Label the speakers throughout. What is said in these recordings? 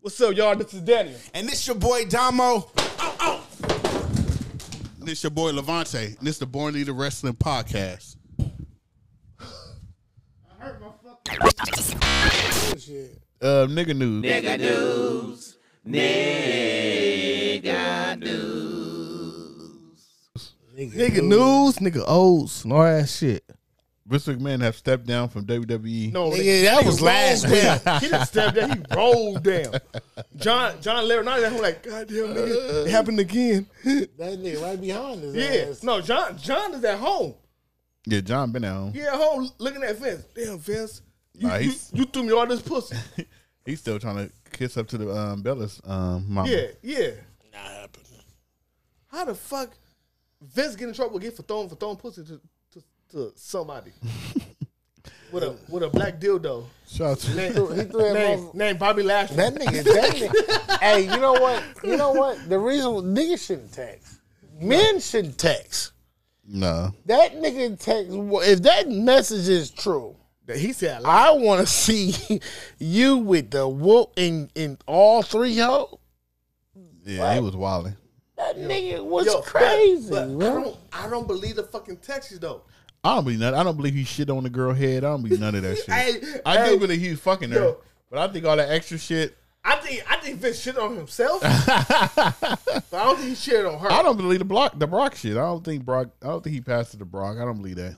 Speaker 1: What's up, y'all? This is Daniel.
Speaker 2: And this your boy Damo.
Speaker 3: This your boy Levante. And this the Born Leader Wrestling Podcast.
Speaker 4: Um, Uh, nigga news.
Speaker 1: Nigga news, nigga old snore ass shit.
Speaker 4: Vince McMahon have stepped down from E. WWE.
Speaker 1: No,
Speaker 2: Nigga, that was last
Speaker 1: rolled down. he didn't step down. He rolled down. John John Larry, not that who like goddamn
Speaker 2: Uh,
Speaker 1: nigga. It happened again.
Speaker 5: That nigga right behind his
Speaker 1: Yeah,
Speaker 5: ass.
Speaker 1: no, John John is at home.
Speaker 4: Yeah, John been at home.
Speaker 1: He at home looking at Vince. Damn, Vince, you,
Speaker 4: Nah,
Speaker 1: you,
Speaker 4: he's-
Speaker 1: you threw me all this pussy.
Speaker 4: He's still trying to kiss up to the um, Bella's um, mama.
Speaker 1: Yeah, yeah.
Speaker 5: Not happening.
Speaker 1: How the fuck Vince get in trouble again for throwing for throwing pussy to, to, to somebody with a with a black dildo
Speaker 4: Shout out to
Speaker 5: He threw, he threw
Speaker 1: named
Speaker 5: that motherfucker-
Speaker 1: named Bobby Lashley?
Speaker 5: That nigga, that nigga. hey, you know what? You know what? The reason niggas shouldn't text. Men shouldn't text.
Speaker 4: no.
Speaker 5: That nigga text. If that message is true,
Speaker 1: That he said, I,
Speaker 5: I want to see you with the whoop in in all three yo.
Speaker 4: Yeah, he was wilding.
Speaker 5: That nigga was
Speaker 1: yo,
Speaker 5: crazy.
Speaker 1: But, but I
Speaker 5: bro.
Speaker 1: don't I don't believe the fucking Texas though.
Speaker 4: I don't believe none. I don't believe he shit on the girl head. I don't believe none of that shit. I,
Speaker 1: Hey,
Speaker 4: do
Speaker 1: hey,
Speaker 4: believe he was fucking her,
Speaker 1: Yo.
Speaker 4: but I think all that extra shit.
Speaker 1: I think I think Vince shit on himself. but I don't think he shit on her.
Speaker 4: I don't believe the block, the Brock shit. I don't think Brock. I don't think he passed it to Brock. I don't believe that.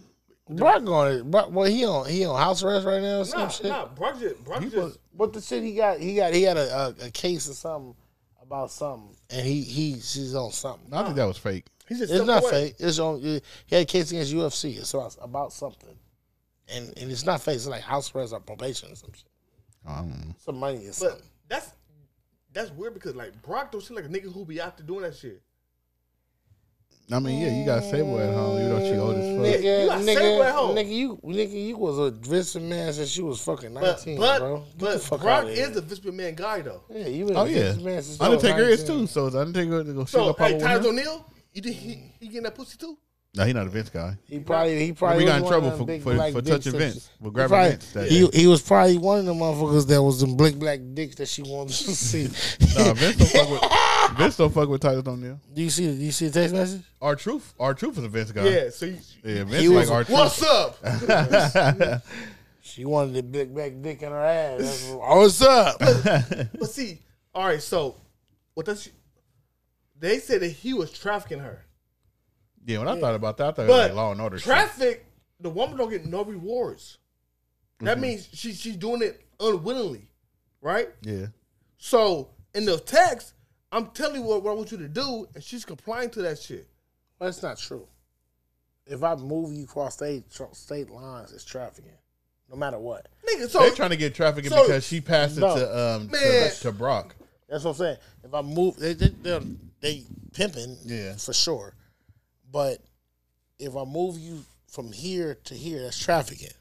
Speaker 5: Brock on Brock, well, he on he on house arrest right now or some
Speaker 1: Nah,
Speaker 5: shit.
Speaker 1: nah, Brock just, Brock just
Speaker 5: What the shit he got? He got he had a, a, a case or something about something, and he he she's on something.
Speaker 4: I think that was fake.
Speaker 1: he just
Speaker 5: It's
Speaker 1: stepped
Speaker 5: not
Speaker 1: away.
Speaker 5: fake. It's on. He had a case against UFC. It's about, about something, and and it's not fake. It's like house arrest or probation or some shit.
Speaker 4: Oh, I don't know.
Speaker 5: Some money or
Speaker 1: But
Speaker 5: something.
Speaker 1: that's that's weird because like Brock don't seem like a nigga who be out there doing that shit.
Speaker 4: I mean, yeah, you got Sable at home. You know she old as fuck.
Speaker 1: you
Speaker 5: Nigga,
Speaker 1: got Sable at
Speaker 5: nigga,
Speaker 1: home.
Speaker 5: nigga, you nigga, you was a dressing man since you was fucking
Speaker 1: But
Speaker 5: nineteen,
Speaker 1: but
Speaker 5: bro. Get the
Speaker 1: but
Speaker 5: fuck
Speaker 1: Brock
Speaker 5: outta
Speaker 1: is
Speaker 5: here.
Speaker 1: the Vince McMahon guy though.
Speaker 5: yeah, you been
Speaker 4: Oh
Speaker 5: a
Speaker 4: yeah,
Speaker 5: Vince man since you was
Speaker 4: Undertaker is
Speaker 5: 19.
Speaker 4: too. So is Undertaker gonna go shit
Speaker 1: So
Speaker 4: up
Speaker 1: hey,
Speaker 4: on
Speaker 1: Titus
Speaker 4: him?
Speaker 1: O'Neil, you think he he getting that pussy too?
Speaker 4: No, he not a Vince guy.
Speaker 5: He probably he probably
Speaker 4: we got
Speaker 5: was
Speaker 4: in
Speaker 5: one
Speaker 4: trouble
Speaker 5: of them
Speaker 4: for-
Speaker 5: big
Speaker 4: for-
Speaker 5: black
Speaker 4: for
Speaker 5: dicks
Speaker 4: touching
Speaker 5: that
Speaker 4: Vince.
Speaker 5: she-
Speaker 4: We're grabbing
Speaker 5: probably-
Speaker 4: Vince that
Speaker 5: He, he was probably one of the motherfuckers that was them big black dicks that she wanted to see.
Speaker 4: Nah, Uh, Vince don't fuck with Vince don't fuck with Titus O'Neil.
Speaker 5: do you see? Do you see the text message?
Speaker 4: Our truth, our truth is a Vince guy.
Speaker 1: Yeah. So you,
Speaker 4: yeah Vince
Speaker 5: He
Speaker 4: like
Speaker 5: was-
Speaker 4: our truth.
Speaker 1: what's up?
Speaker 5: She wanted the big black dick in her ass. That's what- oh, what's up?
Speaker 1: but see, all right. So what does she, they said that he was trafficking her,
Speaker 4: Yeah, when I thought about that, I thought it was
Speaker 1: but
Speaker 4: like Law and Order. shit.
Speaker 1: traffic. The woman don't get no rewards. That
Speaker 4: Mm-hmm.
Speaker 1: means she she's doing it unwillingly, right?
Speaker 4: Yeah,
Speaker 1: So in the text, I'm telling you what, what I want you to do, and she's complying to that shit.
Speaker 5: That's not true. If I move you across state tr- state lines, it's trafficking, no matter what.
Speaker 1: Nigga,
Speaker 4: they
Speaker 1: so
Speaker 4: trying to get trafficking
Speaker 1: so-
Speaker 4: because she passed it
Speaker 5: No.
Speaker 4: to um
Speaker 1: Man.
Speaker 4: to, to Brock.
Speaker 5: That's what I'm saying. If I move, they they they're, they pimping,
Speaker 4: Yeah.
Speaker 5: for sure. But if I move you from here to here, that's trafficking.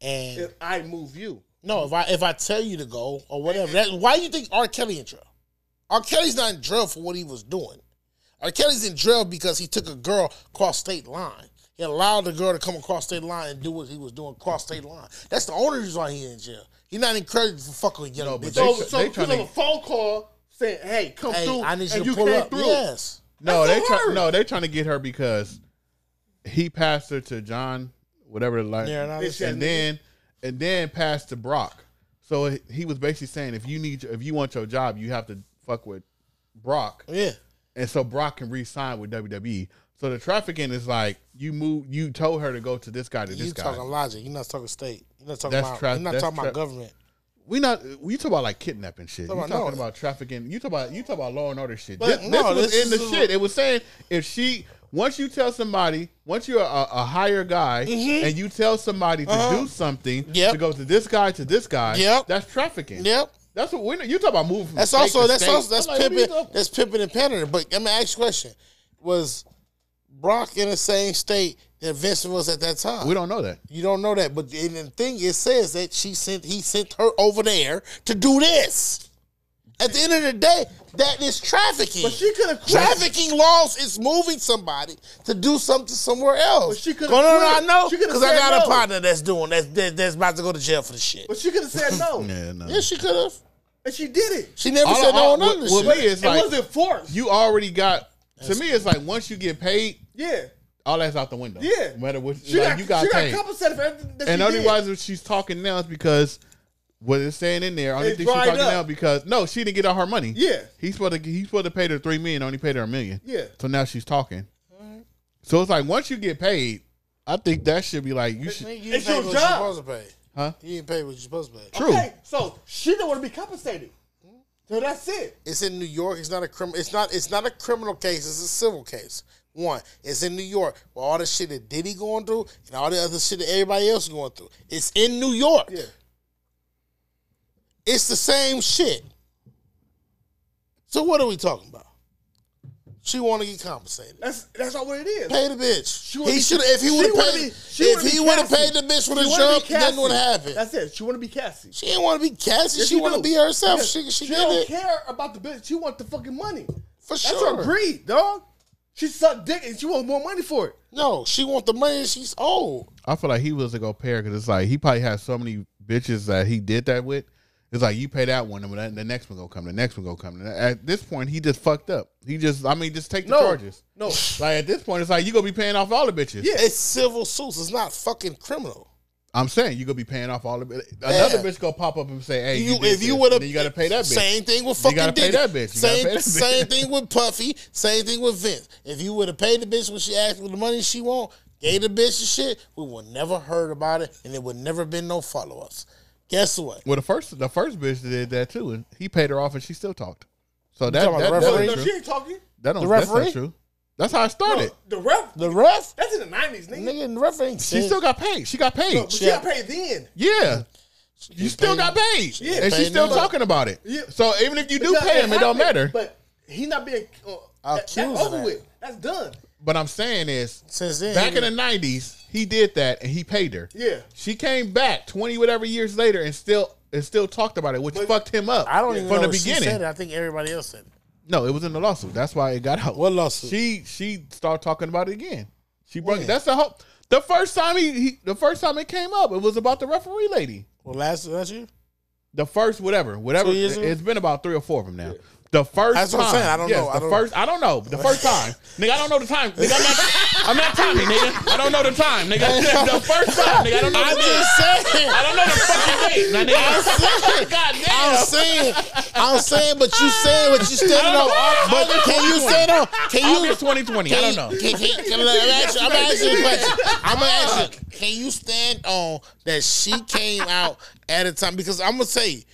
Speaker 5: And
Speaker 1: if I move you,
Speaker 5: no, if I if I tell you to go or whatever, that, why do you think R. Kelly in jail? R. Kelly's not in jail for what he was doing. R. Kelly's in jail because he took a girl across state line. He allowed the girl to come across state line and do what he was doing across state line. That's the only reason why he's in jail. He's not encouraged for fucking with young
Speaker 4: No, but
Speaker 5: bitches.
Speaker 1: so
Speaker 4: They tr-
Speaker 1: so
Speaker 4: they
Speaker 1: because
Speaker 4: tryna-
Speaker 1: of a phone call saying, "Hey, come
Speaker 5: hey,
Speaker 1: through,"
Speaker 5: I need you
Speaker 1: and
Speaker 5: to
Speaker 1: you
Speaker 5: pull
Speaker 1: came
Speaker 5: up.
Speaker 1: through.
Speaker 5: Yes.
Speaker 4: No,
Speaker 1: That's
Speaker 4: they
Speaker 1: on
Speaker 4: try,
Speaker 1: her.
Speaker 4: no, they trying to get her because he passed her to John, whatever the like,
Speaker 5: Marinara.
Speaker 1: Bitch, that
Speaker 4: and then and then passed to Brock. So he- he was basically saying if you need if you want your job, you have to fuck with Brock.
Speaker 5: Yeah.
Speaker 4: and so Brock can re-sign with WWE. So the trafficking is like you move, you told her to go to this guy to this
Speaker 5: You
Speaker 4: guy.
Speaker 5: talking logic. You're not talking state. You're not talking
Speaker 4: That's
Speaker 5: about.
Speaker 4: tra-
Speaker 5: you're not
Speaker 4: that's
Speaker 5: talking
Speaker 4: tra-
Speaker 5: about government.
Speaker 4: we not we talk about like kidnapping shit. You
Speaker 5: Talking
Speaker 4: talking
Speaker 5: about- no.
Speaker 4: about trafficking? You talk about you talk about law and order shit.
Speaker 1: But
Speaker 4: this,
Speaker 5: no,
Speaker 4: this was
Speaker 5: this
Speaker 4: in the
Speaker 5: is a-
Speaker 4: shit. It was saying if she once you tell somebody once you're a, a higher guy
Speaker 5: Mhm.
Speaker 4: and you tell somebody to do something
Speaker 5: Uh-huh. Yep.
Speaker 4: to go to this guy to this guy,
Speaker 5: Yep.
Speaker 4: that's trafficking.
Speaker 5: Yep.
Speaker 4: That's what we're you talk about moving. From
Speaker 5: That's
Speaker 4: state
Speaker 5: also
Speaker 4: to
Speaker 5: that's
Speaker 4: state.
Speaker 5: also that's
Speaker 4: I'm like, what are you
Speaker 5: pimping
Speaker 4: talking-
Speaker 5: that's pimping and pandering. But I'm gonna ask you a question: Was Brock in the same state that Vince was at that time?
Speaker 4: We don't know that.
Speaker 5: you don't know that, but and the thing it says that she sent he sent her over there to do this. At the end of the day, that is trafficking.
Speaker 1: But she could've quit.
Speaker 5: trafficking laws is moving somebody to do something somewhere else.
Speaker 1: But she could've
Speaker 5: no, no, no, I
Speaker 1: quit.
Speaker 5: know
Speaker 1: She could've
Speaker 5: because I
Speaker 1: said
Speaker 5: got
Speaker 1: no.
Speaker 5: a partner that's doing that's that, that's about to go to jail for the shit.
Speaker 1: But she could have said no.
Speaker 4: Yeah, no.
Speaker 5: Yeah, she could have.
Speaker 1: and she did it.
Speaker 5: She never said no
Speaker 4: all-
Speaker 5: on none
Speaker 4: with-
Speaker 5: of this
Speaker 4: with
Speaker 5: shit.
Speaker 4: me, it's
Speaker 1: it
Speaker 4: like
Speaker 1: wasn't forced.
Speaker 4: you already got. To me, it's like once you get paid,
Speaker 1: yeah,
Speaker 4: all that's out the window.
Speaker 1: yeah.
Speaker 4: no matter what,
Speaker 1: she
Speaker 4: like,
Speaker 1: got,
Speaker 4: you got
Speaker 1: she
Speaker 4: paid.
Speaker 1: got compensated for everything that
Speaker 4: and
Speaker 1: she
Speaker 4: only
Speaker 1: did.
Speaker 4: reason she's talking now is because what it's saying in there. Only
Speaker 1: It
Speaker 4: thing she's
Speaker 1: dried
Speaker 4: talking
Speaker 1: up.
Speaker 4: now because no, she didn't get all her money.
Speaker 1: Yeah.
Speaker 4: he's supposed to he's supposed to pay her three million. Only paid her a million.
Speaker 1: Yeah.
Speaker 4: so now she's talking. So it's like once you get paid, I think that should be like you should.
Speaker 5: You
Speaker 1: It's
Speaker 5: paid
Speaker 1: your
Speaker 5: what
Speaker 1: job.
Speaker 5: you supposed to pay.
Speaker 4: Huh?
Speaker 5: You ain't paid what you supposed to pay.
Speaker 4: True.
Speaker 1: Okay, so she don't want to be compensated. So that's it.
Speaker 5: It's in New York. It's not a criminal. It's not. It's not a criminal case. It's a civil case. One, it's in New York, where all the shit that Diddy going through and all the other shit that everybody else going through. It's in New York.
Speaker 1: Yeah.
Speaker 5: It's the same shit. So what are we talking about? She want to get compensated.
Speaker 1: That's that's all what it is.
Speaker 5: Pay the bitch.
Speaker 1: She wanna
Speaker 5: he
Speaker 1: be-
Speaker 5: should. If he
Speaker 1: she
Speaker 5: would have
Speaker 1: wanna
Speaker 5: paid,
Speaker 1: be- she wanna
Speaker 5: if
Speaker 1: be
Speaker 5: he would have
Speaker 1: Cassie.
Speaker 5: paid the bitch with a
Speaker 1: She wanna be
Speaker 5: jump, nothing
Speaker 1: Cassie.
Speaker 5: would happen.
Speaker 1: That's it. She want to be Cassie.
Speaker 5: she didn't want to be Cassie.
Speaker 1: Yes,
Speaker 5: she want
Speaker 1: do.
Speaker 5: to be herself.
Speaker 1: Yes.
Speaker 5: She she, did
Speaker 1: don't
Speaker 5: it
Speaker 1: care about the bitch. She want the fucking money.
Speaker 5: for
Speaker 1: That's
Speaker 5: sure.
Speaker 1: her greed, dog. She sucked dick and she want more money for it.
Speaker 5: No, she want the money. She's old.
Speaker 4: I feel like he was a go pair because it's like he probably has so many bitches that he did that with. It's like you pay that one, and then the next one gonna come. The next one gonna come. And At this point, he just fucked up. He just, I mean, just take the
Speaker 1: No,
Speaker 4: charges.
Speaker 1: no.
Speaker 4: like at this point, it's like you gonna be paying off all the bitches.
Speaker 1: Yeah.
Speaker 5: It's civil suits. It's not fucking criminal.
Speaker 4: I'm saying you gonna be paying off all the bitch. Another
Speaker 5: Yeah.
Speaker 4: bitch gonna pop up and say, "Hey,
Speaker 5: You,
Speaker 4: you, did
Speaker 5: if
Speaker 4: this,"
Speaker 5: you would have,
Speaker 4: then you gotta pay that bitch."
Speaker 5: Same thing with
Speaker 4: You
Speaker 5: fucking.
Speaker 4: gotta pay
Speaker 5: Diddy.
Speaker 4: that bitch. You gotta
Speaker 5: same,
Speaker 4: pay that bitch.
Speaker 5: same thing with Puffy. Same thing with Vince. If you would have paid the bitch when she asked for the money she want, gave the bitch the shit, we would never heard about it, and there would never been no follow ups. Guess what?
Speaker 4: Well, the first, the first bitch that did that too, and he paid her off, and she still talked. So that
Speaker 5: talking
Speaker 4: that,
Speaker 5: about
Speaker 4: that,
Speaker 5: referee?
Speaker 1: No,
Speaker 4: ain't
Speaker 1: she
Speaker 4: true.
Speaker 1: ain't talking.
Speaker 4: That don't,
Speaker 5: The
Speaker 4: that's not
Speaker 5: referee?
Speaker 4: true. That's how it started.
Speaker 1: The ref.
Speaker 5: The ref,
Speaker 1: That's in the nineties, nigga.
Speaker 5: nigga, the ref ain't.
Speaker 4: she
Speaker 5: shit.
Speaker 4: still got paid. She got paid.
Speaker 1: No, but she got paid then.
Speaker 4: Yeah. You still
Speaker 5: paid
Speaker 4: got paid.
Speaker 1: Yeah.
Speaker 4: and she's
Speaker 5: Paid
Speaker 4: still
Speaker 5: now.
Speaker 4: talking about it.
Speaker 1: Yeah.
Speaker 4: So even if you do
Speaker 1: Because
Speaker 4: pay him, it don't
Speaker 1: happened,
Speaker 4: matter. But,
Speaker 1: But he not being uh,
Speaker 5: I'll
Speaker 1: that, that's
Speaker 5: accuse
Speaker 1: over
Speaker 5: that.
Speaker 1: with. That's done.
Speaker 4: I'm saying is
Speaker 5: Since then,
Speaker 4: back
Speaker 5: he
Speaker 4: in the nineties, he did that and he paid her.
Speaker 1: Yeah.
Speaker 4: She came back twenty whatever years later and still and still talked about it, which fucked him up.
Speaker 5: I don't even
Speaker 4: from
Speaker 5: know
Speaker 4: the
Speaker 5: if she
Speaker 4: beginning.
Speaker 5: said it. I think everybody else said it.
Speaker 4: No, it was in the lawsuit. That's why it got out.
Speaker 5: What lawsuit?
Speaker 4: She she started talking about it again. She brought
Speaker 5: When?
Speaker 4: that's the whole the first time he, he the first time it came up, it was about the referee lady.
Speaker 5: Well, last last year.
Speaker 4: The first whatever, whatever.
Speaker 5: Two years ago?
Speaker 4: It's been about three or four of them now. The first
Speaker 5: That's
Speaker 4: time,
Speaker 5: what I'm saying. I don't
Speaker 4: yes,
Speaker 5: know. I
Speaker 4: The
Speaker 5: don't-
Speaker 4: first, I don't know. The first time, nigga. I don't know the time. Nigga, I'm not. I'm not timing, nigga. I don't know the time, nigga. The first time, nigga. I don't know
Speaker 5: I
Speaker 4: the time.
Speaker 5: just said.
Speaker 4: I don't know the fucking date, my nigga. God
Speaker 5: I'm
Speaker 4: damn.
Speaker 5: saying, I'm saying, but you saying what you standing on. But can you stand on? Can you?
Speaker 4: August 2020. I
Speaker 5: Can,
Speaker 4: don't know.
Speaker 5: Can, can, can, I'm asking I'm asking you a question. I'm gonna ask you. Can you stand on that she came out at a time? Because I'm gonna say,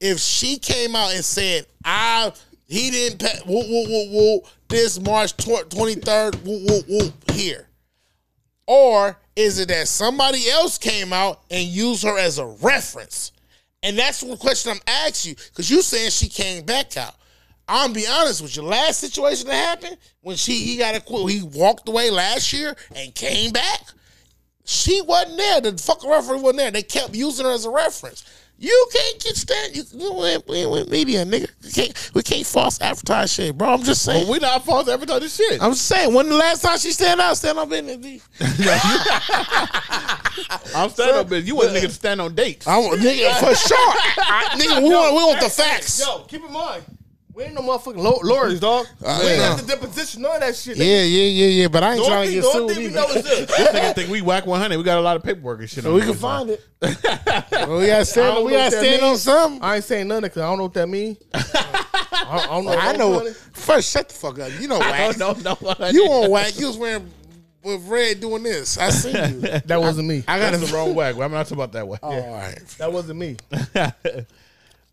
Speaker 5: if she came out and said, "I he didn't pay, whoop whoop whoop whoop this March twenty third whoop whoop whoop here," or is it that somebody else came out and used her as a reference? And that's one question I'm asking you because you saying she came back out. I'm be honest with you. Last situation that happened when she he got a quit, he walked away last year and came back. She wasn't there. The fucking referee wasn't there. They kept using her as a reference. You can't get stand. You, you ain't- we ain't with media, nigga. We can't, we can't false advertise shit, bro. I'm just saying.
Speaker 4: We not false advertising shit.
Speaker 5: I'm just saying. When the last time she stand out, stand up in the.
Speaker 4: I'm standing up, bitch. You want nigga to stand on dates?
Speaker 5: I want nigga for sure. I, nigga, we want we want the facts.
Speaker 1: Yo, keep in mind, we ain't no motherfucking lo- lawyers, dog. we ain't
Speaker 5: Uh, yeah.
Speaker 1: at the deposition, none of that shit.
Speaker 5: Yeah, yeah, yeah, yeah. But I ain't
Speaker 1: The
Speaker 5: trying
Speaker 1: only
Speaker 5: to
Speaker 1: thing,
Speaker 5: get
Speaker 1: the only
Speaker 5: sued
Speaker 1: thing we
Speaker 5: either.
Speaker 1: know is this.
Speaker 4: This nigga think we whack 100. We got a lot of paperwork and shit. on
Speaker 5: we
Speaker 4: this
Speaker 5: can
Speaker 4: bitch.
Speaker 5: find it. Well, we gotta
Speaker 1: I
Speaker 5: stand.
Speaker 1: don't
Speaker 5: We
Speaker 1: know
Speaker 5: gotta
Speaker 1: what that
Speaker 5: stand on
Speaker 1: means.
Speaker 5: something.
Speaker 1: I ain't saying nothing because I don't know what that means. I, I don't know.
Speaker 5: I know.
Speaker 1: It.
Speaker 5: First, shut the fuck up. You know
Speaker 4: I
Speaker 5: whack.
Speaker 4: don't know. what I
Speaker 5: You
Speaker 4: did.
Speaker 5: on whack? You was wearing with red doing this. I seen you.
Speaker 1: That wasn't me.
Speaker 5: I got
Speaker 4: That's the wrong whack. I'm not talking about that way.
Speaker 5: Oh, all right.
Speaker 1: that wasn't me.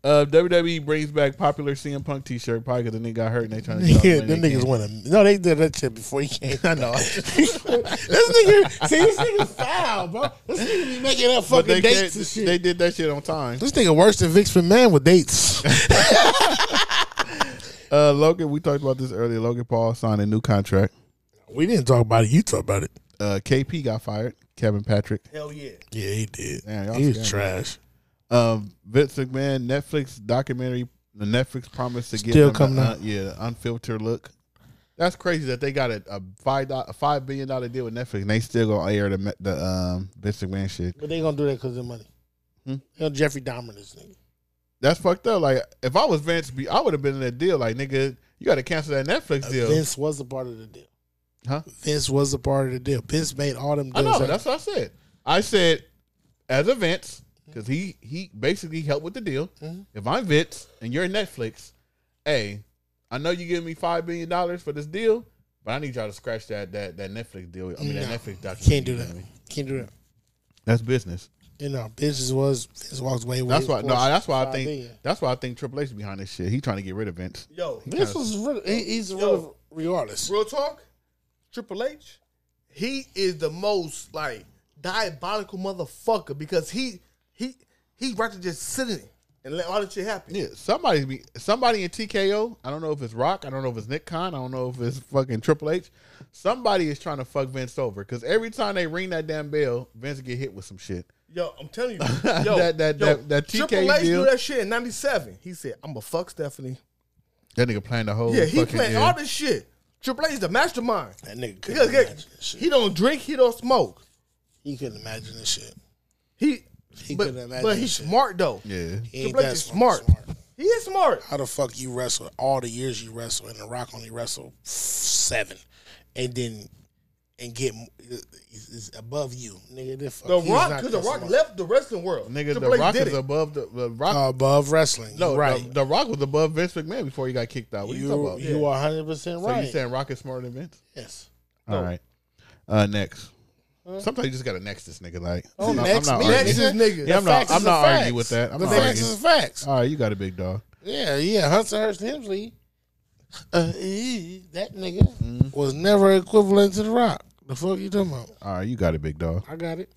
Speaker 4: Uh, WWE brings back popular CM Punk T-shirt probably because the nigga got hurt and they trying to. get off
Speaker 5: Yeah,
Speaker 4: when
Speaker 5: them
Speaker 4: they
Speaker 5: niggas
Speaker 4: can.
Speaker 5: went. No, they did that shit before he came. I know. this nigga, see, this nigga foul, bro. This nigga be making up
Speaker 4: But
Speaker 5: fucking
Speaker 4: they,
Speaker 5: dates
Speaker 4: can't-
Speaker 5: and shit.
Speaker 4: they did that shit on time.
Speaker 5: this nigga worse than Vince McMahon with dates.
Speaker 4: Uh, Logan, we talked about this earlier. Logan Paul signed a new contract.
Speaker 5: we didn't talk about it. You talked about it.
Speaker 4: Uh, KP got fired. Kevin Patrick.
Speaker 1: Hell yeah.
Speaker 5: Yeah, he did.
Speaker 4: Damn, y'all
Speaker 5: he was
Speaker 4: scamming.
Speaker 5: trash.
Speaker 4: Um, Vince McMahon Netflix documentary. The Netflix promised to give
Speaker 5: Still
Speaker 4: them a,
Speaker 5: coming
Speaker 4: uh,
Speaker 5: out.
Speaker 4: yeah, unfiltered look. That's crazy that they got a, a five do- a five billion dollar deal with Netflix and they still gonna air the the um, Vince McMahon shit. Hmm?
Speaker 5: But they gonna do that because of money. You know, Jeffrey Dahmer, this nigga.
Speaker 4: That's fucked up. Like if I was Vince, B, I would have been in that deal. Like nigga, you got to cancel that Netflix deal.
Speaker 5: Uh, Vince was a part of the deal.
Speaker 4: Huh?
Speaker 5: Vince was a part of the deal. Vince made all them
Speaker 4: I
Speaker 5: deals. uh,
Speaker 4: know. That's what I said. I said, as a Vince, because he he basically helped with the deal.
Speaker 5: Mm-hmm.
Speaker 4: If I'm Vince and you're Netflix, hey, I know you giving me five billion dollars for this deal, but I need y'all to scratch that that that Netflix deal. I mean
Speaker 5: No.
Speaker 4: that Netflix documentary.
Speaker 5: Can't do
Speaker 4: you know
Speaker 5: that.
Speaker 4: what I mean?
Speaker 5: Can't do that.
Speaker 4: That's business.
Speaker 5: You know, Vince was Vince walks way.
Speaker 4: That's why. No, that's why I
Speaker 5: Five
Speaker 4: think.
Speaker 5: billion.
Speaker 4: That's why I think Triple H is behind this shit. He trying to get rid of Vince.
Speaker 1: Yo,
Speaker 5: Vince was re- he, he's
Speaker 1: Yo.
Speaker 5: re- regardless.
Speaker 1: real talk, Triple H, he is the most like diabolical motherfucker because he he he right to just sit in it and let all that shit happen.
Speaker 4: Yeah, somebody be somebody in TKO. I don't know if it's Rock. I don't know if it's Nick Khan. I don't know if it's fucking Triple H. Somebody is trying to fuck Vince over because every time they ring that damn bell, Vince get hit with some shit.
Speaker 1: Yo, I'm telling you, yo,
Speaker 4: That- that-
Speaker 1: yo,
Speaker 4: that- that TK
Speaker 1: Triple H
Speaker 4: deal.
Speaker 1: do that shit in '97. He said, "I'm gonna fuck Stephanie."
Speaker 4: That nigga playing the whole.
Speaker 1: yeah, he
Speaker 4: fucking
Speaker 1: playing
Speaker 4: yeah.
Speaker 1: all this shit. Triple H is the mastermind.
Speaker 5: That nigga couldn't
Speaker 1: Because
Speaker 5: imagine this
Speaker 1: he-
Speaker 5: shit.
Speaker 1: he don't drink, he don't smoke.
Speaker 5: He couldn't imagine this shit.
Speaker 1: He,
Speaker 5: He
Speaker 1: but,
Speaker 5: couldn't imagine
Speaker 1: but
Speaker 5: that
Speaker 1: he's
Speaker 5: shit.
Speaker 1: smart though.
Speaker 4: Yeah,
Speaker 5: He ain't
Speaker 1: Triple H
Speaker 5: that
Speaker 1: is smart.
Speaker 5: smart.
Speaker 1: He is smart.
Speaker 5: How the fuck you wrestle all the years you wrestle, and The Rock only wrestled seven, and then and get m- is is above you, nigga. this fuck-
Speaker 1: The
Speaker 5: he's
Speaker 1: Rock,
Speaker 5: not
Speaker 1: because The
Speaker 5: that
Speaker 1: Rock
Speaker 5: smart.
Speaker 1: left the wrestling world.
Speaker 4: nigga,
Speaker 1: Triple
Speaker 4: the
Speaker 1: H
Speaker 4: Rock
Speaker 1: did
Speaker 4: is
Speaker 1: it.
Speaker 4: above the, the Rock.
Speaker 5: above wrestling.
Speaker 4: no,
Speaker 5: No, right.
Speaker 4: the, the Rock was above Vince McMahon before he got kicked out. What you,
Speaker 5: you
Speaker 4: talking about?
Speaker 5: you are hundred percent
Speaker 4: So
Speaker 5: right.
Speaker 4: you saying Rock is smarter than Vince?
Speaker 5: yes.
Speaker 4: All right. Uh, next. Sometimes you just gotta next this nigga. Like, I'm not- I'm
Speaker 5: next
Speaker 4: not
Speaker 5: me,
Speaker 4: arguing.
Speaker 1: Oh, Next this nigga.
Speaker 4: Yeah, I'm
Speaker 5: The
Speaker 4: not.
Speaker 5: facts
Speaker 4: I'm
Speaker 5: is the
Speaker 4: not arguing
Speaker 5: facts.
Speaker 4: with that. I'm
Speaker 5: the
Speaker 4: not
Speaker 5: facts
Speaker 4: arguing.
Speaker 5: is facts.
Speaker 4: All right, you got a big dog.
Speaker 5: Yeah, yeah. Hunter Hurst Hemsley, uh, eh, that nigga was never equivalent to The Rock. The fuck you talking about?
Speaker 4: All right, you got a big dog.
Speaker 5: I got it.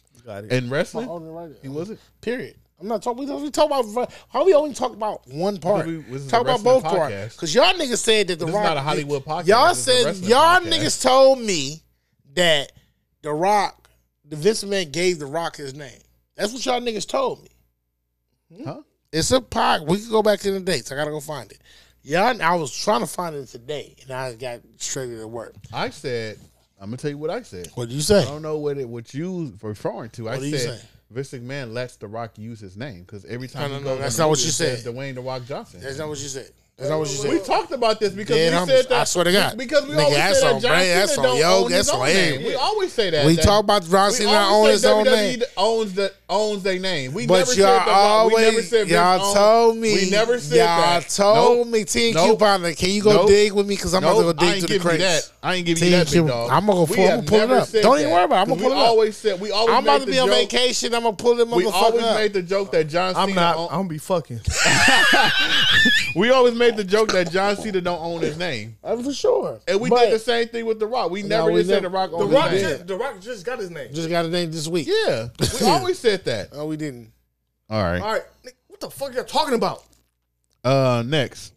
Speaker 4: In wrestling,
Speaker 5: Owner right there.
Speaker 4: he wasn't.
Speaker 5: Period. I'm not talking. We don't- we talk about how we only talk about one part.
Speaker 4: Because we- this is
Speaker 5: talk
Speaker 4: a
Speaker 5: about
Speaker 4: wrestling
Speaker 5: both parts
Speaker 4: podcast.
Speaker 5: because y'all niggas said that the
Speaker 4: This is
Speaker 5: Rock.
Speaker 4: not a Hollywood podcast.
Speaker 5: Y'all
Speaker 4: This is a
Speaker 5: said
Speaker 4: wrestling
Speaker 5: y'all
Speaker 4: podcast.
Speaker 5: niggas told me that the Rock, the Vince McMahon gave the Rock his name. That's what y'all niggas told me.
Speaker 4: Huh?
Speaker 5: It's a pod. We can go back in the dates. I gotta go find it. Yeah, I was trying to find it today, and I got straight to work.
Speaker 4: I said, I'm gonna tell you what I said.
Speaker 5: What did you say?
Speaker 4: I don't know what it what you referring to. I
Speaker 5: What do you
Speaker 4: said
Speaker 5: say?
Speaker 4: Vince McMahon lets The Rock use his name because every time
Speaker 5: no,
Speaker 4: he
Speaker 5: no,
Speaker 4: goes
Speaker 5: that's
Speaker 4: on the
Speaker 5: not what
Speaker 4: movie,
Speaker 5: you
Speaker 4: it says
Speaker 5: said.
Speaker 4: Dwayne The Rock Johnson.
Speaker 5: That's not what you said. That's not what you said.
Speaker 4: we talked about this because
Speaker 5: Dead
Speaker 4: we
Speaker 5: homies.
Speaker 4: said that.
Speaker 5: I swear to God.
Speaker 4: because we
Speaker 5: Nigga,
Speaker 4: always
Speaker 5: that's
Speaker 4: say that
Speaker 5: on
Speaker 4: John
Speaker 5: brand,
Speaker 4: Cena
Speaker 5: that's on
Speaker 4: don't
Speaker 5: yo,
Speaker 4: own
Speaker 5: that's
Speaker 4: his own
Speaker 5: on him.
Speaker 4: name. We always say that.
Speaker 5: We
Speaker 4: that-
Speaker 5: talk about John
Speaker 4: we
Speaker 5: Cena
Speaker 4: always
Speaker 5: owns
Speaker 4: say
Speaker 5: his own
Speaker 4: WWE
Speaker 5: name.
Speaker 4: E Owns the owns their name. We
Speaker 5: But
Speaker 4: never
Speaker 5: y'all
Speaker 4: said the Rock. We never
Speaker 5: always,
Speaker 4: said Vince
Speaker 5: y'all
Speaker 4: owned-
Speaker 5: told me.
Speaker 4: We never said
Speaker 5: y'all
Speaker 4: that.
Speaker 5: told
Speaker 4: Nope.
Speaker 5: me. Team
Speaker 4: Nope.
Speaker 5: Couponer, can you go
Speaker 4: Nope.
Speaker 5: dig with me? Because I'm
Speaker 4: Nope,
Speaker 5: about to go
Speaker 4: I
Speaker 5: dig
Speaker 4: ain't
Speaker 5: to the
Speaker 4: give you that.
Speaker 5: crates.
Speaker 4: I ain't give you
Speaker 5: Team
Speaker 4: that, big
Speaker 5: Cuban.
Speaker 4: dog.
Speaker 5: I'm gonna go
Speaker 4: We
Speaker 5: pull- I'm
Speaker 4: have
Speaker 5: gonna pull it
Speaker 4: never
Speaker 5: up.
Speaker 4: said
Speaker 5: Don't even
Speaker 4: that.
Speaker 5: worry about it. I'm gonna
Speaker 4: 'Cause
Speaker 5: pull
Speaker 4: we
Speaker 5: it up.
Speaker 4: always said we always.
Speaker 5: I'm
Speaker 4: made
Speaker 5: about to
Speaker 4: the
Speaker 5: be on
Speaker 4: joke-
Speaker 5: vacation. I'm gonna pull them
Speaker 4: We always
Speaker 5: motherfucker
Speaker 4: made
Speaker 5: up.
Speaker 4: the joke that John Cena.
Speaker 1: I'm not.
Speaker 4: own-
Speaker 1: I'm gonna be fucking.
Speaker 4: we always made the joke that John Cena don't own his name,
Speaker 5: Uh, For sure.
Speaker 4: and we
Speaker 5: But
Speaker 4: did the same thing with The Rock. We never
Speaker 5: we
Speaker 4: just said
Speaker 5: never-
Speaker 4: The Rock
Speaker 1: the
Speaker 4: owned
Speaker 1: Rock,
Speaker 4: his name.
Speaker 1: just, the Rock just got his name.
Speaker 5: Just got a name this week.
Speaker 4: Yeah, we always said that.
Speaker 5: No, we didn't.
Speaker 4: All right.
Speaker 1: All right, Nick, what the fuck y'all talking about?
Speaker 4: Uh, next.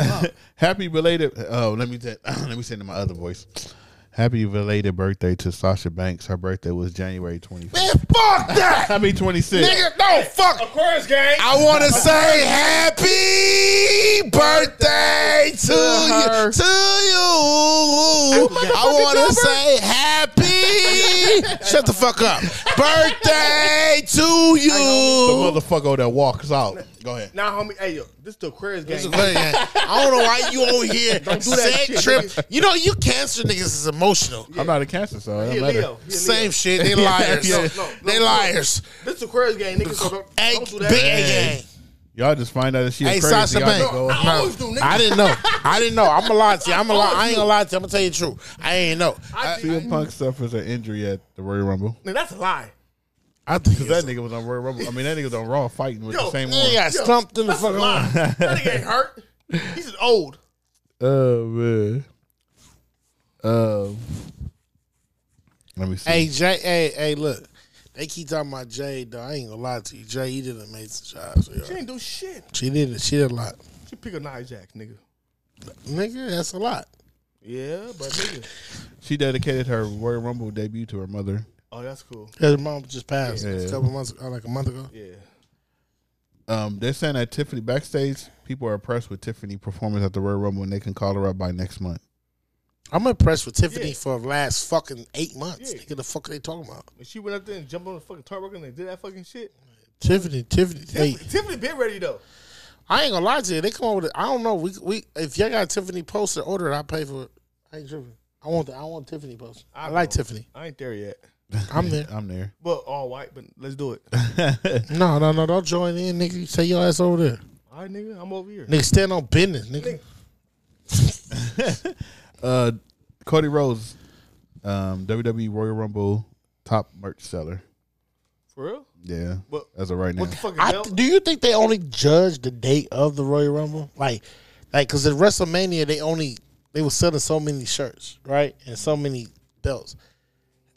Speaker 4: Happy belated. Oh, let me ta- let me send in my other voice. Happy belated birthday to Sasha Banks. Her birthday was January twenty.
Speaker 5: Man, fuck that,
Speaker 4: I mean twenty six.
Speaker 5: nigga. No, fuck.
Speaker 1: course, gang.
Speaker 5: I want to say happy birthday to you.
Speaker 1: Uh-huh.
Speaker 4: her.
Speaker 5: To you. I want to say happy. Shut the fuck up. Birthday to
Speaker 4: The
Speaker 5: you.
Speaker 4: motherfucker that walks out. Go ahead.
Speaker 1: Nah, homie. Hey, yo, this the Aquarius gang.
Speaker 5: I don't know why you on here. Don't
Speaker 1: do that shit.
Speaker 5: trip. You know, you cancer niggas is emotional.
Speaker 4: I'm not a cancer, so it
Speaker 1: He
Speaker 4: don't
Speaker 1: a
Speaker 4: matter.
Speaker 1: Leo. He a
Speaker 5: Same
Speaker 1: Leo.
Speaker 5: shit. They liars.
Speaker 4: Yeah.
Speaker 1: No, no,
Speaker 5: they
Speaker 1: no.
Speaker 5: liars.
Speaker 1: This the Aquarius gang. Niggas, so don't,
Speaker 5: Hey,
Speaker 1: don't do
Speaker 5: big
Speaker 1: that.
Speaker 5: A gang.
Speaker 4: Y'all just find out that she a
Speaker 5: Hey,
Speaker 4: crazy.
Speaker 5: Sasha
Speaker 4: y'all just
Speaker 5: Banks.
Speaker 4: go-
Speaker 1: I always do, nigga.
Speaker 5: I didn't know. I didn't know. I'm gonna lie to you. I'm gonna lie. I ain't gonna lie to you. I'm gonna tell you the truth. I ain't know.
Speaker 1: I, I,
Speaker 4: CM Punk suffers an injury at the Royal Rumble.
Speaker 1: man, that's a lie.
Speaker 5: I think
Speaker 4: Cause that nigga was on Royal Rumble. I mean, that nigga was on Raw fighting with
Speaker 1: Yo,
Speaker 4: the same
Speaker 5: Nigga
Speaker 4: one.
Speaker 5: got stumped in the
Speaker 1: Oh, That's a
Speaker 5: fucking
Speaker 1: lie.
Speaker 5: line.
Speaker 1: that nigga ain't hurt. He's just old.
Speaker 4: Oh man. Um. Let me see.
Speaker 5: Hey Jay, hey, hey, look. They keep talking about Jay, though. I ain't gonna lie to you. Jay, he did an amazing job.
Speaker 1: She
Speaker 5: sweetheart.
Speaker 1: ain't do shit.
Speaker 5: She did it. She did a lot.
Speaker 1: She pick a Nia Jax, nigga.
Speaker 5: Nigga, that's a lot.
Speaker 1: Yeah, but nigga.
Speaker 4: She dedicated her Royal Rumble debut to her mother.
Speaker 1: Oh, that's cool.
Speaker 5: His mom just passed
Speaker 4: Yeah.
Speaker 5: a couple months ago, like a month ago.
Speaker 1: Yeah.
Speaker 4: Um, they're saying that Tiffany backstage, people are impressed with Tiffany performance at the Royal Rumble, and they can call her up by next month.
Speaker 5: I'm impressed with Tiffany
Speaker 1: Yeah.
Speaker 5: for the last fucking eight months.
Speaker 1: Yeah.
Speaker 5: Nigga, the fuck are they talking about?
Speaker 1: When she went up there and jumped on the fucking tarp and they did that fucking shit.
Speaker 5: Tiffany, Tiffany, hey,
Speaker 1: Tiffany, Tiffany been ready though.
Speaker 5: I ain't gonna lie to you. They come over. I don't know. We we if y'all got a Tiffany poster, order it. I pay for it. I ain't tripping. I want the I want Tiffany poster. I, like Tiffany.
Speaker 1: I ain't there yet.
Speaker 5: I'm there.
Speaker 4: I'm there.
Speaker 1: But all white, but let's do it.
Speaker 5: No, no, no. Don't join in, nigga. You take your ass over there.
Speaker 1: All right, nigga, I'm over here.
Speaker 5: Nigga, stand on business, nigga.
Speaker 4: Uh, Cody Rose, um, WWE Royal Rumble top merch seller.
Speaker 1: For real?
Speaker 4: Yeah,
Speaker 1: What-
Speaker 4: as of right now,
Speaker 1: What the fuck is
Speaker 5: I,
Speaker 1: that?
Speaker 5: do you think they only judge the date of the Royal Rumble? Like, like because at WrestleMania they only they were selling so many shirts, right, and so many belts.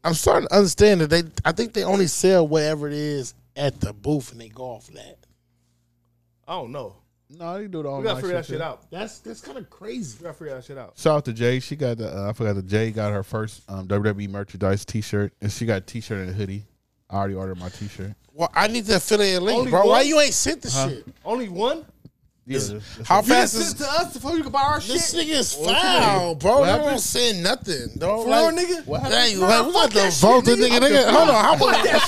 Speaker 5: I'm starting to understand that they. I think they only sell whatever it is at the booth, and they go off that.
Speaker 1: I don't know.
Speaker 4: no, they do it all.
Speaker 1: We gotta figure that shit out.
Speaker 5: That's that's kind of
Speaker 1: We
Speaker 5: crazy.
Speaker 1: gotta figure that shit out.
Speaker 4: Shout out to Jay. She got the uh, I forgot the Jay got her first um, WWE merchandise T-shirt, and she got a T-shirt and a hoodie. I already ordered my T-shirt.
Speaker 5: Well, I need the affiliate link,
Speaker 1: Only
Speaker 5: bro. Why
Speaker 1: one?
Speaker 5: you ain't sent the shit?
Speaker 1: Only one?
Speaker 4: Yeah, that's- that's-
Speaker 5: How
Speaker 1: You didn't
Speaker 5: fast
Speaker 1: send it
Speaker 5: is
Speaker 1: to us before you could buy our
Speaker 5: this
Speaker 1: shit.
Speaker 5: nigga is foul, bro? You don't send nothing, dog.
Speaker 1: For real,
Speaker 5: Like,
Speaker 1: nigga? What
Speaker 5: Dang,
Speaker 1: Nah,
Speaker 5: like, we
Speaker 1: fuck
Speaker 5: got to
Speaker 1: that
Speaker 5: vote
Speaker 1: shit,
Speaker 5: this nigga.
Speaker 1: nigga.
Speaker 5: nigga. Hold on, how about that?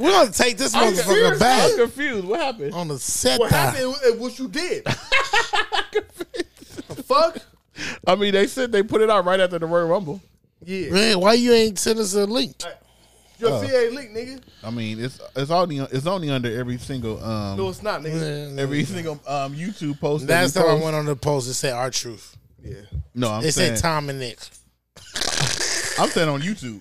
Speaker 5: We're gonna take this motherfucker
Speaker 1: serious,
Speaker 5: back
Speaker 4: I'm confused. What happened?
Speaker 5: on the set.
Speaker 1: What
Speaker 5: die.
Speaker 1: happened is what you did. the fuck?
Speaker 4: I mean, they said they put it out right after the Royal Rumble.
Speaker 1: Yeah.
Speaker 5: Man, why you ain't send us a link? Uh.
Speaker 1: Your CA leak, nigga.
Speaker 4: I mean, it's it's only it's only under every single um
Speaker 1: No, it's not, nigga.
Speaker 4: every single um YouTube post. that
Speaker 5: Last
Speaker 4: we
Speaker 5: time I
Speaker 4: post.
Speaker 5: went on the post, it said our truth.
Speaker 1: Yeah.
Speaker 4: No, I'm
Speaker 5: It
Speaker 4: saying
Speaker 5: said Tom and Nick.
Speaker 4: I'm saying on YouTube.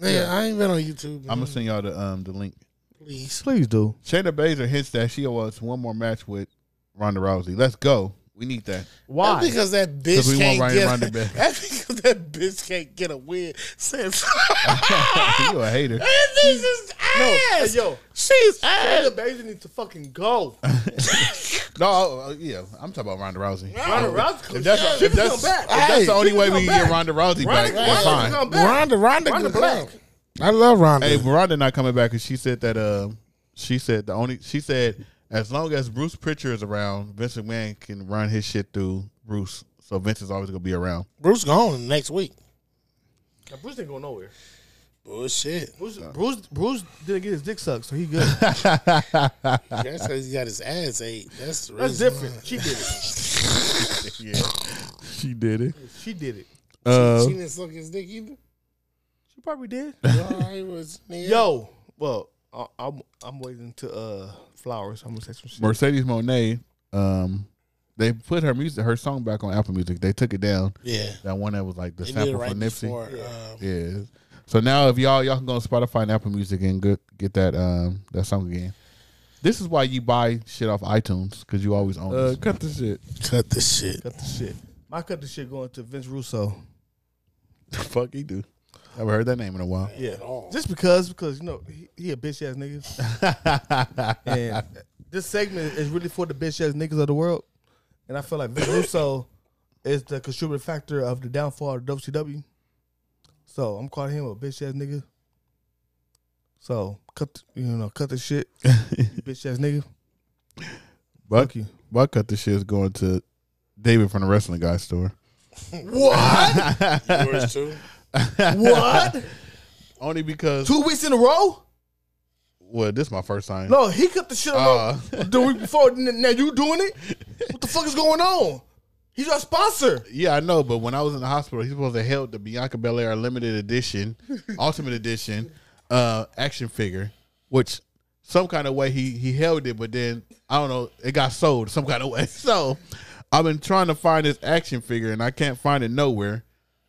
Speaker 5: Nigga, I ain't been on YouTube.
Speaker 4: I'm gonna send y'all the um the link.
Speaker 5: please.
Speaker 1: Please do.
Speaker 4: Shayna Baszler hints that she wants one more match with Ronda Rousey. Let's go. We need that.
Speaker 5: That's because that bitch
Speaker 4: 'Cause we
Speaker 5: can't
Speaker 4: want Ryan
Speaker 5: get.
Speaker 4: Ronda
Speaker 5: that's
Speaker 4: back.
Speaker 5: because that bitch can't get a win since.
Speaker 4: you a hater.
Speaker 5: this is
Speaker 1: Hey,
Speaker 5: ass.
Speaker 1: yo,
Speaker 5: She's ass.
Speaker 1: Taylor Basil needs to fucking go.
Speaker 4: No, uh, yeah, I'm talking about Ronda Rousey.
Speaker 1: Ronda Rousey,
Speaker 4: If that's,
Speaker 1: she
Speaker 4: if
Speaker 1: can
Speaker 4: that's,
Speaker 1: come back.
Speaker 4: if that's the only
Speaker 1: She
Speaker 4: way
Speaker 1: can
Speaker 4: we can
Speaker 1: come
Speaker 4: get
Speaker 1: back.
Speaker 4: Ronda Rousey back,
Speaker 1: Ronda
Speaker 4: that's
Speaker 1: Rousey
Speaker 4: fine.
Speaker 1: come back.
Speaker 5: Ronda, Ronda,
Speaker 1: Ronda
Speaker 5: good
Speaker 1: Black.
Speaker 5: luck. I love Ronda.
Speaker 4: Hey, Ronda not coming back because she said that. Uh, she said the only she said as long as Bruce Pritchard is around, Vince McMahon can run his shit through Bruce. So Vince is always gonna be around.
Speaker 5: Bruce gone next week.
Speaker 1: Now, Bruce ain't going nowhere.
Speaker 5: Bullshit.
Speaker 1: Bruce, Bruce, Bruce didn't get his dick sucked, so he good.
Speaker 5: That's because he got his ass ate. That's the
Speaker 1: That's
Speaker 5: reason
Speaker 1: different. She did it.
Speaker 4: yeah, she did it.
Speaker 1: She did it.
Speaker 5: why.
Speaker 4: Uh,
Speaker 5: She didn't suck his dick either.
Speaker 1: She probably did.
Speaker 5: Nah, he was nigga.
Speaker 1: Yo, well, I, I'm I'm waiting to uh flowers. I'm gonna say some shit.
Speaker 4: Mercedes Monet, um, they put her music, her song back on Apple Music. They took it down.
Speaker 5: Yeah.
Speaker 4: That one that was like the
Speaker 5: They did it
Speaker 4: sample for
Speaker 5: right
Speaker 4: Nipsey.
Speaker 5: before. Um,
Speaker 4: Yeah. So now if y'all y'all can go on Spotify and Apple Music and get get that um that song again. This is why you buy shit off iTunes because you always own. Uh, cut the shit.
Speaker 5: cut the shit.
Speaker 1: Cut the shit. My cut the shit going to Vince Russo.
Speaker 4: Fuck he do. I haven't heard that name in a while.
Speaker 1: Yeah,
Speaker 5: all.
Speaker 1: just because because you know he, he a bitch ass nigga, and this segment is really for the bitch ass niggas of the world, and I feel like Vince Russo is the contributing factor of the downfall of WCW. So I'm calling him a bitch ass nigga. So cut the- you know cut the shit, bitch ass nigga.
Speaker 4: Buck,
Speaker 1: Fuck you.
Speaker 4: Buck cut the shit is going to David from the Wrestling Guy store.
Speaker 1: What?
Speaker 5: Yours too.
Speaker 1: what?
Speaker 4: Only because
Speaker 1: Two weeks in a row?
Speaker 4: well, this is my first time.
Speaker 1: No, he cut the shit
Speaker 4: Uh.
Speaker 1: off the week before. N- Now you doing it? What the fuck is going on? He's our sponsor.
Speaker 4: Yeah, I know, but when I was in the hospital, he supposed to held the Bianca Belair limited edition, ultimate edition, uh, action figure, which some kind of way he he held it, but then I don't know, it got sold some kind of way. So I've been trying to find this action figure and I can't find it nowhere.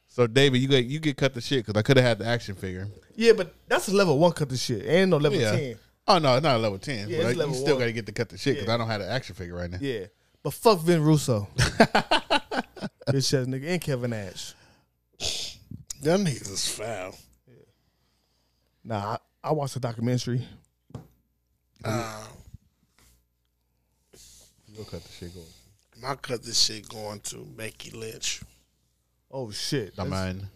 Speaker 4: So David, you get you get cut the shit because I could have had the action figure.
Speaker 1: Yeah, but that's a level one cut the shit. Ain't no level
Speaker 4: Yeah.
Speaker 1: ten.
Speaker 4: Oh no, it's not a level ten.
Speaker 1: Yeah, it's
Speaker 4: but I-
Speaker 1: level
Speaker 4: you still
Speaker 1: one.
Speaker 4: got to get to cut the shit because
Speaker 1: Yeah.
Speaker 4: I don't have the action figure right now.
Speaker 1: Yeah, but fuck Vin Russo, bitch ass nigga, and Kevin Ash.
Speaker 5: Them niggas is foul.
Speaker 1: Nah, I, I watched the documentary.
Speaker 5: Uh,
Speaker 4: You go cut the shit. Go.
Speaker 5: my cut this shit going to Becky Lynch.
Speaker 1: Oh shit,
Speaker 4: Not mine.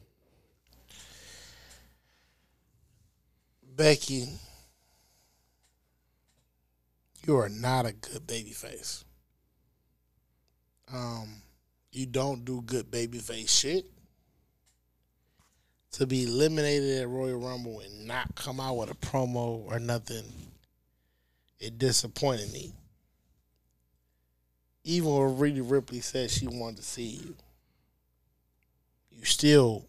Speaker 5: Becky, you are not a good baby face. Um, you don't do good baby face shit. To be eliminated at Royal Rumble and not come out with a promo or nothing, it disappointed me. even when Rita Ripley said she wanted to see you, you still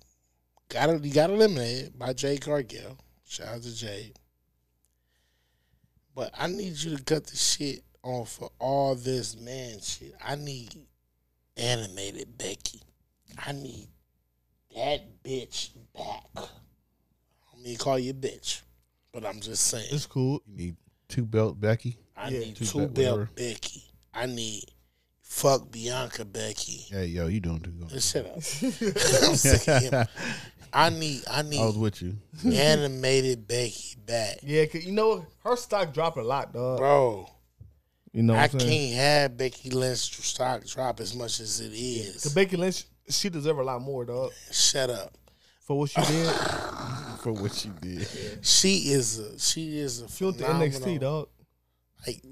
Speaker 5: got you got eliminated by Jay Cargill. Shout out to Jay. But I need you to cut the shit on for all this man shit. I need animated Becky. I need that bitch back. I don't mean to call you a bitch, but I'm just saying.
Speaker 1: It's cool.
Speaker 4: You need two belt Becky.
Speaker 5: I
Speaker 1: Yeah,
Speaker 5: need
Speaker 4: two
Speaker 5: two
Speaker 4: belt,
Speaker 5: belt
Speaker 4: whatever.
Speaker 5: Becky. I need fuck Bianca Becky.
Speaker 4: Hey yo, you doing too good?
Speaker 5: Shut up. I'm sick of him. I need I
Speaker 4: I was
Speaker 5: need
Speaker 4: with you.
Speaker 5: animated Becky back.
Speaker 1: Yeah, 'cause you know what? Her stock dropped a lot, dog.
Speaker 5: Bro,
Speaker 1: You know what
Speaker 5: I
Speaker 1: I'm saying?
Speaker 5: can't have Becky Lynch stock drop as much as it
Speaker 1: The
Speaker 5: is.
Speaker 1: Becky Lynch, she deserve a lot more, dog,
Speaker 5: Shut up.
Speaker 1: for what she did.
Speaker 4: for what you did.
Speaker 5: She is a she is a
Speaker 1: She went to NXT,
Speaker 5: phenomenal-
Speaker 1: dog.
Speaker 5: Like,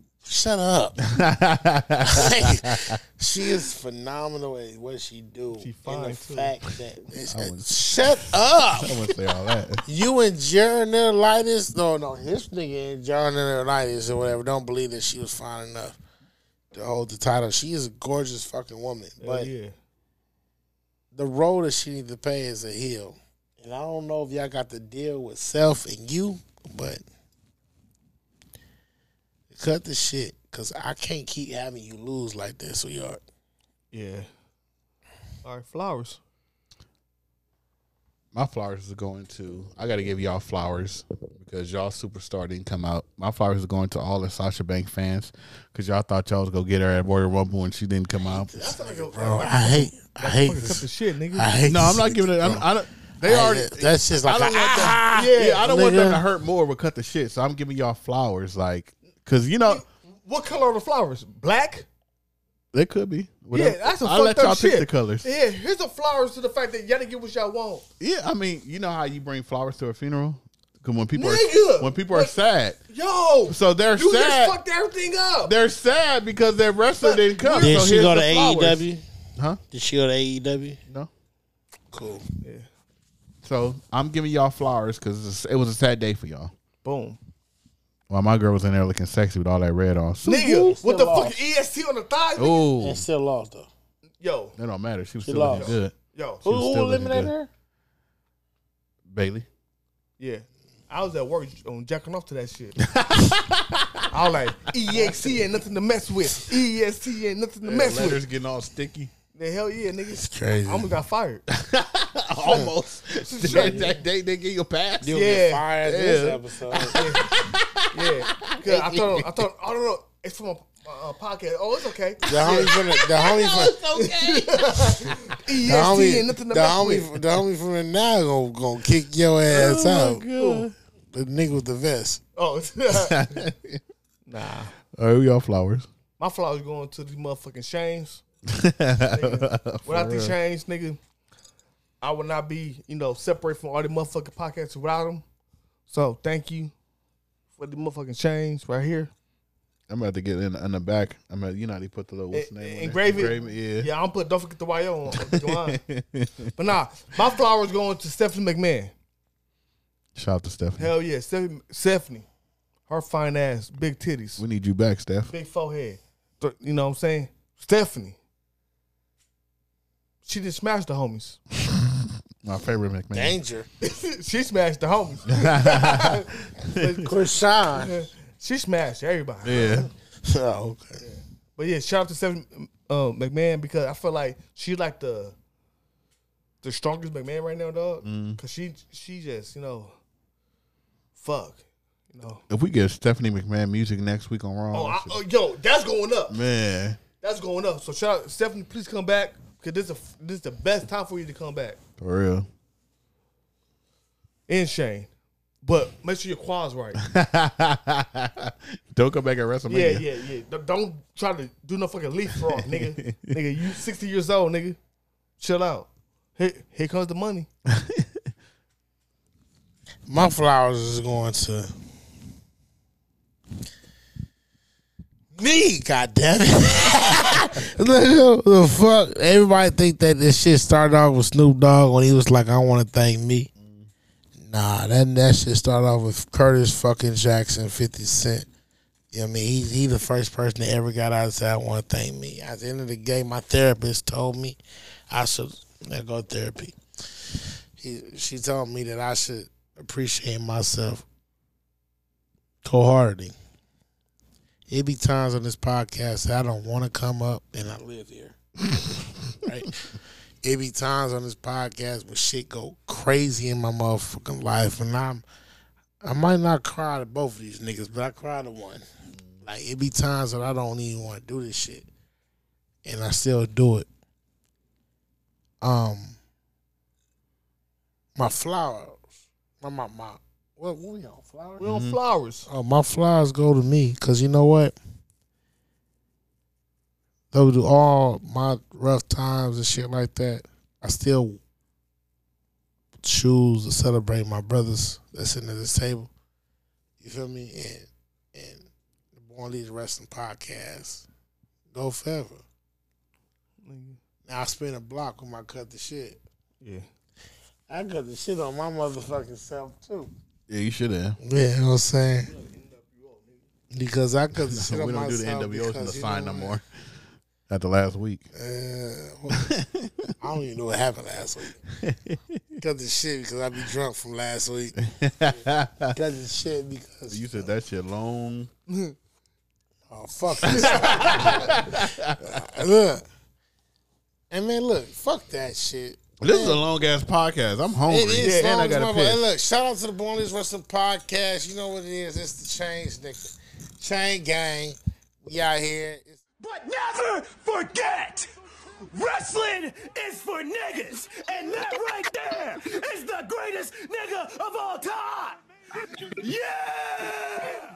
Speaker 5: shut up. she is phenomenal at what she do.
Speaker 1: She
Speaker 5: and the
Speaker 1: fine, too.
Speaker 5: fact that shut up.
Speaker 4: I wouldn't say all that.
Speaker 5: You and Jeronitis, no, no, his nigga and Jeronitis or whatever. Don't believe that she was fine enough to hold the title. She is a gorgeous fucking woman,
Speaker 1: Hell
Speaker 5: but
Speaker 1: yeah.
Speaker 5: the role that she needs to play is a heel. And I don't know if y'all got to deal with self and you, but cut the shit because I can't keep having you lose like this, sweetheart.
Speaker 1: Yeah. All right, flowers.
Speaker 4: My flowers is going to. I got to give y'all flowers because y'all superstar didn't come out. My flowers are going to all the Sasha Bank fans because y'all thought y'all was gonna get her at Royal Rumble and she didn't come out.
Speaker 5: Bro, I hate, I hate,
Speaker 1: Cut the
Speaker 5: this.
Speaker 1: shit, nigga.
Speaker 5: I hate.
Speaker 4: No, I'm
Speaker 5: this
Speaker 4: not
Speaker 5: nigga,
Speaker 4: giving it. I'm,
Speaker 5: bro.
Speaker 4: I don't. They
Speaker 5: I
Speaker 4: already.
Speaker 5: hate it. That's just like
Speaker 4: I don't
Speaker 5: a,
Speaker 4: want
Speaker 5: "Ah!"
Speaker 4: them. Yeah, I don't want them
Speaker 5: nigga.
Speaker 4: to hurt more. But cut the shit. So I'm giving y'all flowers, like because you know
Speaker 1: what color are the flowers? Black?
Speaker 4: they could be.
Speaker 1: Yeah,
Speaker 4: Whatever.
Speaker 1: that's a
Speaker 4: I'll
Speaker 1: fucked
Speaker 4: let
Speaker 1: up
Speaker 4: y'all
Speaker 1: shit.
Speaker 4: pick the colors.
Speaker 1: Yeah, here's the flowers to the fact that y'all didn't get what y'all want.
Speaker 4: Yeah, I mean, you know how you bring flowers to a funeral. 'Cause when people
Speaker 1: Nigga!
Speaker 4: are when people are
Speaker 1: Like-
Speaker 4: sad,
Speaker 1: Yo,
Speaker 4: so they're
Speaker 1: you
Speaker 4: sad.
Speaker 1: just fucked everything up.
Speaker 4: They're sad because their wrestler didn't come.
Speaker 5: Did
Speaker 4: so
Speaker 5: she
Speaker 4: here's
Speaker 5: go to
Speaker 4: the flowers.
Speaker 5: AEW?
Speaker 4: Huh?
Speaker 5: Did she go to E AEW?
Speaker 4: No.
Speaker 5: Cool.
Speaker 4: So I'm giving y'all flowers because it was a sad day for y'all.
Speaker 1: Boom.
Speaker 4: While my girl was in there looking sexy with all that red on.
Speaker 1: Nigga,
Speaker 5: Still
Speaker 1: with the
Speaker 5: lost.
Speaker 1: fucking EST on the thigh? nigga?
Speaker 4: Ooh,
Speaker 5: And still lost though.
Speaker 1: Yo,
Speaker 4: that don't matter. She was
Speaker 5: She
Speaker 4: still looking
Speaker 5: lost.
Speaker 4: good.
Speaker 1: yo.
Speaker 5: Who,
Speaker 4: was
Speaker 5: who
Speaker 4: still looking
Speaker 5: eliminated
Speaker 4: good.
Speaker 5: her?
Speaker 4: Bailey.
Speaker 1: Yeah. I was at work on jacking off to that shit. I was like, EXT ain't nothing to mess with. EST ain't nothing to mess with.
Speaker 4: getting all sticky.
Speaker 1: The hell yeah, nigga.
Speaker 5: Crazy.
Speaker 1: I almost got fired.
Speaker 4: Almost. that, that day they get your pass.
Speaker 5: You'll
Speaker 1: Yeah.
Speaker 5: get fired this episode.
Speaker 1: Yeah. 'Cause I thought, I thought, I don't know. It's from a, a podcast. Oh, it's okay.
Speaker 5: the homie from the, the homie from the
Speaker 1: EST E ain't nothing
Speaker 5: homie,
Speaker 1: to
Speaker 5: the
Speaker 1: mess
Speaker 5: homie,
Speaker 1: with.
Speaker 5: from- the homie from the now gonna, gonna kick your ass out. The nigga with the vest.
Speaker 1: Oh, it's- nah.
Speaker 4: All right, we all flowers.
Speaker 1: My flowers going to these motherfucking chains. Nigga, without these chains, nigga, I would not be, you know, separate from all the motherfucking podcasts without them. So thank you for the motherfucking chains right here.
Speaker 4: I'm about to get in, in the back. I'm at, you know, how they put the little what's the name on there?
Speaker 1: E- Engrave it.
Speaker 4: Engrave it, Yeah.
Speaker 1: Yeah, I'm put. Don't forget the YO on. on the line. but nah, my flowers going to Stephanie McMahon.
Speaker 4: Shout out to Stephanie.
Speaker 1: Hell yeah, Stephanie, Stephanie, her fine ass, big titties,
Speaker 4: We need you back, Steph.
Speaker 1: big forehead. Th- You know what I'm saying? Stephanie, she just smashed the homies.
Speaker 4: My favorite McMahon.
Speaker 5: Danger.
Speaker 1: she smashed the homies.
Speaker 5: Krishan.
Speaker 1: she smashed everybody.
Speaker 4: Yeah.
Speaker 5: oh, okay.
Speaker 1: But yeah, shout out to Stephanie uh, McMahon because I feel like she like the the strongest McMahon right now, dog. Cause she she just you know, fuck, you know.
Speaker 4: If we get Stephanie McMahon music next week on Raw,
Speaker 1: Oh, I,
Speaker 4: that shit-
Speaker 1: oh, yo, that's going up.
Speaker 4: man,
Speaker 1: That's going up. So shout out Stephanie, please come back because this is this is the best time for you to come back.
Speaker 4: for real.
Speaker 1: And Shane, but make sure your quad's right.
Speaker 4: Don't go back at
Speaker 1: yeah,
Speaker 4: WrestleMania.
Speaker 1: yeah, yeah. D- Don't try to do no fucking leapfrog, nigga. nigga, you sixty years old, nigga. Chill out. Here, here comes the money.
Speaker 5: My flowers is going to me. God damn it! Look, who the fuck everybody think that this shit started off with Snoop Dogg when he was like, "I want to thank me." Nah, that that shit started off with Curtis fucking Jackson, Fifty Cent, You know what I mean, he's he the first person that ever got out and said, I want to thank me. At the end of the day, my therapist told me I should I go to therapy. He, she told me that I should appreciate myself wholeheartedly. It be times on this podcast that I don't want to come up and I live here. right? It be times on this podcast where shit go crazy in my motherfucking life and I'm I might not cry to both of these niggas, but I cry to one. Like it be times that I don't even want to do this shit, and I still do it. Um, my flowers, my my my. What, what we on flowers?
Speaker 1: We on flowers.
Speaker 5: Oh, my flowers go to me because you know what? Though through all my rough times and shit like that, I still choose to celebrate my brothers that's sitting at this table. You feel me? And and the Born Leaders Wrestling Podcast go forever. Now I spend a block when I cut the shit.
Speaker 1: Yeah.
Speaker 5: I cut the shit on my motherfucking self too.
Speaker 4: Yeah, you should have.
Speaker 5: Yeah, you know what I'm saying? Because I cut the shit
Speaker 4: We
Speaker 5: on
Speaker 4: don't do the
Speaker 5: myself.
Speaker 4: NWOs in the
Speaker 5: because, you
Speaker 4: sign
Speaker 5: know
Speaker 4: no
Speaker 5: what?
Speaker 4: more. After last week,
Speaker 5: Uh, I don't even know what happened last week. Cut the shit because I be drunk from last week. Cut the shit because
Speaker 4: you said that shit long.
Speaker 5: Oh fuck this. look. And man, look, fuck that shit.
Speaker 4: This is a long ass podcast. I'm hungry.
Speaker 5: It is
Speaker 1: Yeah, and
Speaker 5: long
Speaker 1: I
Speaker 5: as
Speaker 1: gotta
Speaker 5: my-
Speaker 1: piss.
Speaker 5: Hey, look, shout out to the Born Leaders Wrestling Podcast. You know what it is? It's the Chains, nigga. Chain Gang. We out here. It's
Speaker 6: But never forget, wrestling is for niggas, and that right there is the greatest nigga of all time. Yeah!